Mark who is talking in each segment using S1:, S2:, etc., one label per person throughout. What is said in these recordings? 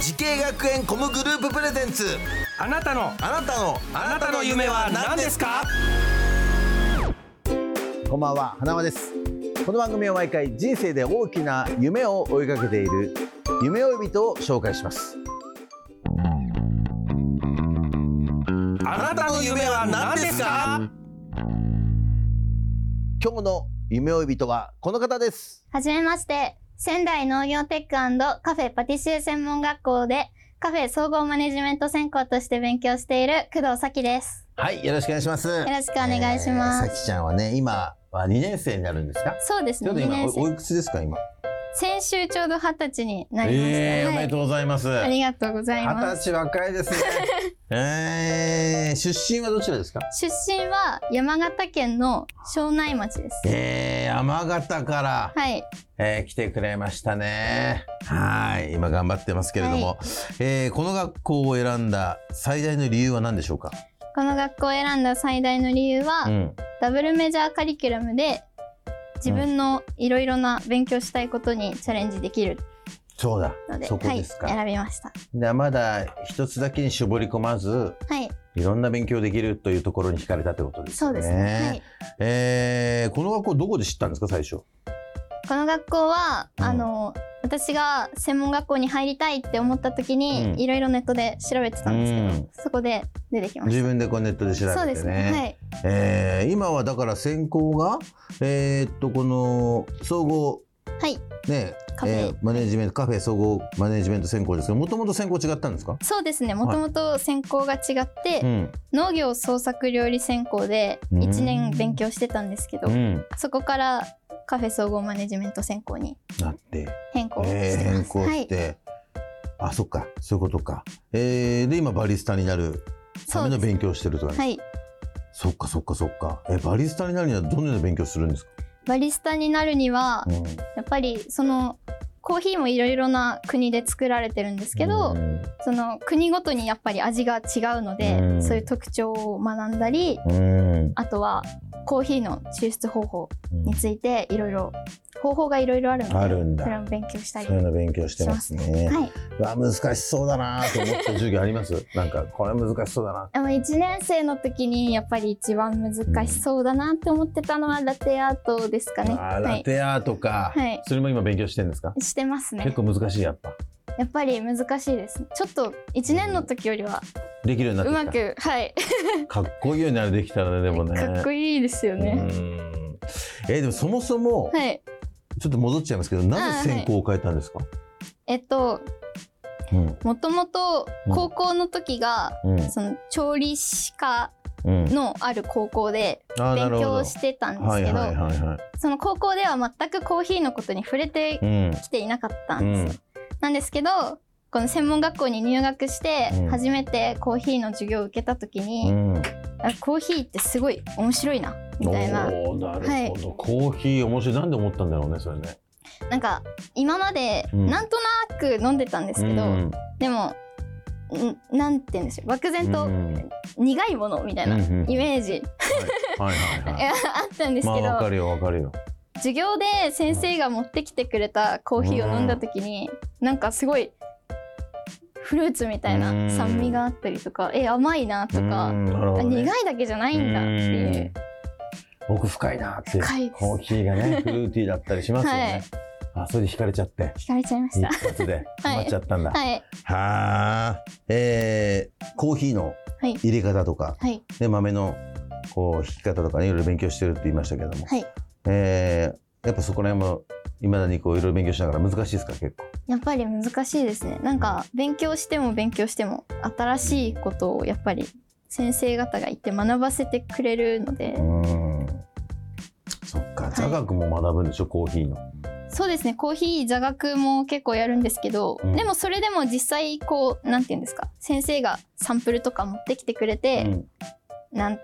S1: 時系学園コムグループプレゼンツ
S2: あなたの
S1: あなたのあなたの夢は何ですか
S3: こんばんは花輪ですこの番組は毎回人生で大きな夢を追いかけている夢追い人を紹介します
S1: あなたの夢は何ですか
S3: 今日の夢追い人はこの方です
S4: はじめまして。仙台農業テックカフェパティシエ専門学校でカフェ総合マネジメント専攻として勉強している工藤咲です。
S3: はいよろしくお願いしますよ
S4: よろしくお願いします。
S3: さきちゃんはね今は2年生になるんですか
S4: そうです
S3: ちょ
S4: ね。
S3: っと
S4: 2
S3: 今
S4: 年
S3: おお
S4: 生。
S3: いくつですか今
S4: 先週ちょうど20歳になりました。
S1: えー、おめでとうございます、
S4: はい。ありがとうござい
S3: 二
S4: ま
S3: 十歳若いです ねえー、出身はどちらですか
S4: す。出身は山形県の庄内町です。
S3: えー、山形から、
S4: はい。
S3: えー来てくれましたね。はい。今頑張ってますけれども、
S4: は
S3: えーこの学校を選んだ最大の理由は何でしょうか、
S4: この学校を選んだ最大の理由は、
S3: うん、
S4: ダブルメジャーカリキュラムで自分のいろいろな勉強したいことにチャレンジできる
S3: そうだ
S4: の。で、
S3: そこ
S4: は
S3: で
S4: い、
S3: すか。
S4: 選びました。
S3: でまだ一つだけに絞り込まず、
S4: はい、
S3: いろんな勉強できるというところに惹かれたということです
S4: そ
S3: よ
S4: う
S3: ね。
S4: ですね。はい、
S3: えーこの学校どこで知ったんですか、最初。
S4: この学校は、
S3: うん
S4: あの私が専門学校に入りたいって思った時
S3: うん
S4: にいろいろネットで調べてたんですけど、
S3: うん
S4: そこで出てきまし
S3: 自分でこうネットで調べてね。
S4: た。そうですね。
S3: えー今はだから専攻が、えーっと、この総合、
S4: はい、
S3: ね、
S4: カフ
S3: え
S4: ェ
S3: ーマネジメント、カフェ総合マネジメント専攻ですけど、もともと専攻違ったんですか
S4: そうですね。もともと専攻が違って、
S3: うん。
S4: 農業創作料理専攻で
S3: うん
S4: 1年勉強してたんですけど、
S3: ん。
S4: そこからカフェ総合マネジメント専攻に
S3: なって、
S4: 変更
S3: えー
S4: してます。
S3: 変更して、あ、そっか、そういうことか。えーで、今バリスタになるた
S4: は
S3: めの
S4: い、そうです。
S3: 勉強をしてるとかね、
S4: はい。
S3: そっか、そっか、そっか。え、バリスタになるにはどのような勉強するんですか、
S4: バリスタになるには、
S3: うん、
S4: やっぱりそのコーヒーもいろいろな国で作られてるんですけど、
S3: うん
S4: その国ごとにやっぱり味が違うので、
S3: うん
S4: そういう特徴を学んだり
S3: うん
S4: あとはコーヒーの抽出方法についていろいろ方法がいろいろあるので
S3: あるんだ
S4: それも勉強したり
S3: そういうの勉強してますね。
S4: は
S3: わ
S4: い、
S3: 難しそうだなと思った授業あります なんかこれ難しそうだな
S4: あの1年生の時にやっぱり一番難しそうだなって思ってたのはラテアートですかね。
S3: あー
S4: は
S3: ラ
S4: い、
S3: テアートか、
S4: はい
S3: それも今勉強してるんですか、
S4: してますね
S3: 結。構難しいやっぱ
S4: やっぱり難しいです。ちょっと1年の時よりは
S3: できるようになって
S4: う
S3: きた
S4: まく、はい、
S3: かっこいいようになるできたらねでもね
S4: かっこいいですよね。
S3: うんえーでもそもそも、
S4: はい。
S3: ちょっと戻っちゃいますけどなぜ
S4: あーはい
S3: 専攻を変えたんですか、
S4: えっと、
S3: うん
S4: もともと高校の時が、
S3: うん
S4: その調理師科
S3: うん
S4: のある高校で
S3: あーな
S4: 勉
S3: るほど
S4: 強してたんです
S3: はい
S4: けど、
S3: はいはいは
S4: その高校では全くコーヒーのことに触れて
S3: いうん
S4: きていなかったんですよ。
S3: うん
S4: なんですけどこの専門学校に入学して
S3: うん
S4: 初めてコーヒーの授業を受けた時に、
S3: うん
S4: あコーヒーってすごい面白いなみたいな
S3: おーなるほど、
S4: はい
S3: コーヒー面白いなんで思ったんだろうねそれね
S4: なんか今まで
S3: うん
S4: なんとなく飲んでたんですけど、
S3: うん
S4: でもんなんて言うんでしょう漠然と
S3: うん
S4: 苦いものみたいな
S3: うんうん
S4: イメージ
S3: はいはいはい
S4: が あったんですけ
S3: ま
S4: ど、
S3: あわかるよわかるよ
S4: 授業で先生が持ってきてくれたコーヒーを飲んだ時に、なんかすごいフルーツみたい
S3: うん
S4: な酸味があったりとか、え甘いなとか、
S3: うんなるほどね
S4: 苦いだけじゃないんだっていう
S3: うん奥深いなって
S4: 深いです
S3: コーヒーがねフルーティーだったりしますよね、あそれで惹かれちゃって
S4: 惹かれちゃいまし
S3: 一
S4: た。
S3: 発でハマっちゃったんだは
S4: はい
S3: あ、えーコーヒーの
S4: はい
S3: 入れ方とか、
S4: はい
S3: ね、豆のこう引き方とかねいろいろ勉強してるって言いましたけども、
S4: はい
S3: えーやっぱそこら辺もいまだにこういろいろ勉強しながら難しいですか結構
S4: やっぱり難しいですねなんか勉強しても勉強しても新しいことをやっぱり先生方がいて学ばせてくれるので
S3: うんそっか座学も学ぶんでしょ、コーヒーの
S4: そうですねコーヒー座学も結構やるんですけど、
S3: うん
S4: でもそれでも実際こうなんて言うんですか先生がサンプルとか持ってきてくれて、なん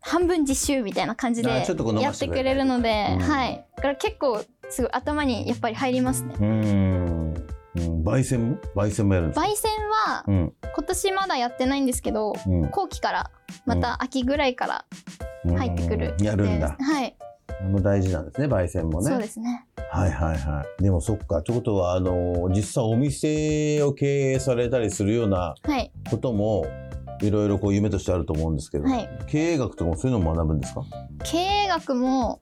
S4: 半分実習みたいな感じで
S3: あちょっとこう伸
S4: や
S3: ば
S4: っ
S3: して
S4: て
S3: く
S4: く
S3: れた
S4: れ
S3: り
S4: る
S3: とか
S4: ので、
S3: うん
S4: はいだから結構すごい頭にやっぱり入りますね
S3: うんうん焙煎も焙煎もやるんですか
S4: 焙煎は
S3: うん
S4: 今年まだやってないんですけど
S3: うん
S4: 後期からまた秋ぐらいから
S3: うん
S4: 入ってくる、
S3: やるんだ
S4: ではい、
S3: あの大事なんですね焙煎もね
S4: そうですね
S3: はいはいはいでもそっかということはあの実際お店を経営されたりするような
S4: はい
S3: こともいろいろこう夢としてあると思うんですけど、
S4: はい
S3: 経営学とかもそういうのを学ぶんですか
S4: 経営学も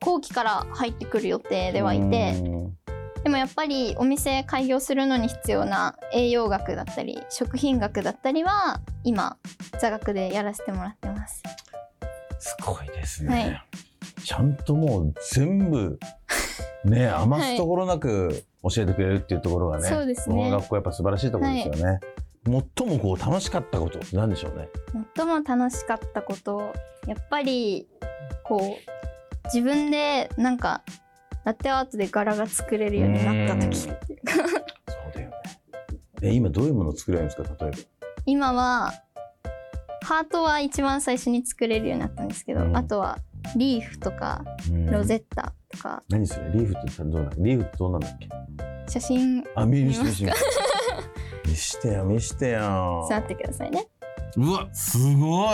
S4: 後期から入ってくる予定ではいて
S3: うん
S4: でもやっぱりお店開業するのに必要な栄養学だったり食品学だったりは今座学でやらせてもらってます
S3: すごいですね、
S4: はい
S3: ちゃんともう全 部ね余すところなく教えてくれるっていうところがね、
S4: そうです
S3: この
S4: ね
S3: 学校やっぱ素晴らしいところですよね、最もこう楽しかったことなんでしょうね
S4: 最も楽しかったことやっぱりこう自分でなんかラテアートで柄が作れるようになった時
S3: そうだよねえ今どういうものを作れるんですか例えば
S4: 今はハートは一番最初に作れるようになったんですけど、
S3: うん
S4: あとはリーフとか
S3: うん
S4: ロゼッタとか
S3: 何それリーフってどうなのリーフってどうなんだっけ
S4: 写真
S3: あ見る
S4: 見
S3: して
S4: ま
S3: 見し
S4: す
S3: て見して
S4: か
S3: よ見してよ
S4: 座ってくださいね
S1: うわすごい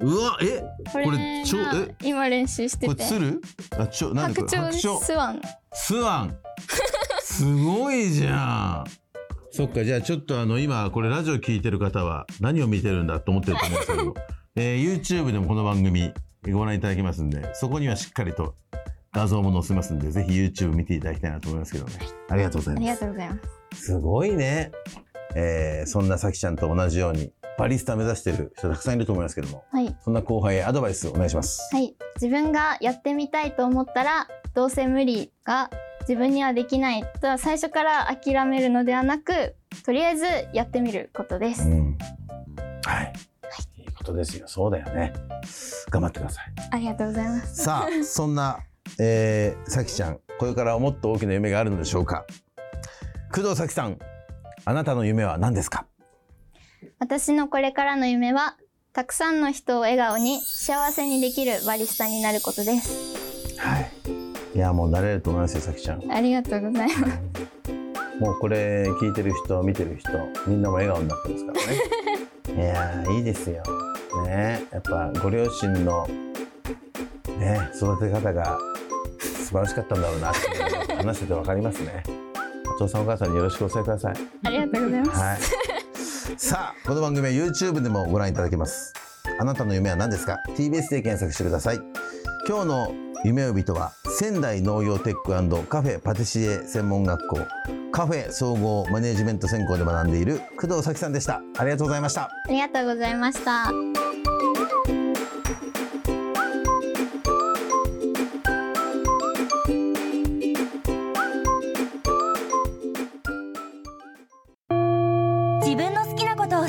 S1: うわえ
S4: こ
S1: これ
S4: れ
S1: ちょ
S4: が
S1: え
S4: 今練習して
S1: これ
S4: て
S1: 鶴あちょなんだ
S4: 白
S1: これ
S4: 鳥スワン
S1: スワンすごいじゃんそっかじゃあちょっとあの今これラジオ聞いてる方は何を見てるんだと思ってると思うんですけど、 えー YouTube でもこの番組ご覧いただけますんでそこにはしっかりと画像も載せますんでぜひ YouTube 見ていただきたいなと思いますけどねありがとうござい
S4: あ
S1: ます
S4: りがとうございます
S3: すごいね、えーそんなさきちゃんと同じようにバリスタ目指してる人たくさんいると思いますけども
S4: はい
S3: そんな後輩へアドバイスお願いします、
S4: はい、自分がやってみたいと思ったらどうせ無理が自分にはできないとは最初から諦めるのではなくとりあえずやってみることです、
S3: うんはい、い、いことですよそうだよね頑張ってください
S4: ありがとうございます
S3: さ あそんな、えー、さきちゃんこれからもっと大きな夢があるのでしょうか工藤さきさんあなたの夢は何ですか
S4: 私のこれからの夢はたくさんの人を笑顔に幸せにできるバリスタになることです
S3: はいいやもうなれると思いますよさきちゃん
S4: ありがとうございます
S3: もうこれ聞いてる人見てる人みんなも笑顔になってますからねいやーいいですよねやっぱご両親のね育て方が素晴らしかったんだろうなっていうのが話しててわかりますねお父さんお母さんによろしくお伝えください
S4: ありがとうございます
S3: はい。さあこの番組は YouTube でもご覧いただけますあなたの夢は何ですか TBS で検索してください今日の夢呼びとは仙台農業テックカフェパティシエ専門学校カフェ総合マネジメント専攻で学んでいる工藤咲さんでしたありがとうございました
S4: ありがとうございました
S5: 自分の好きなことを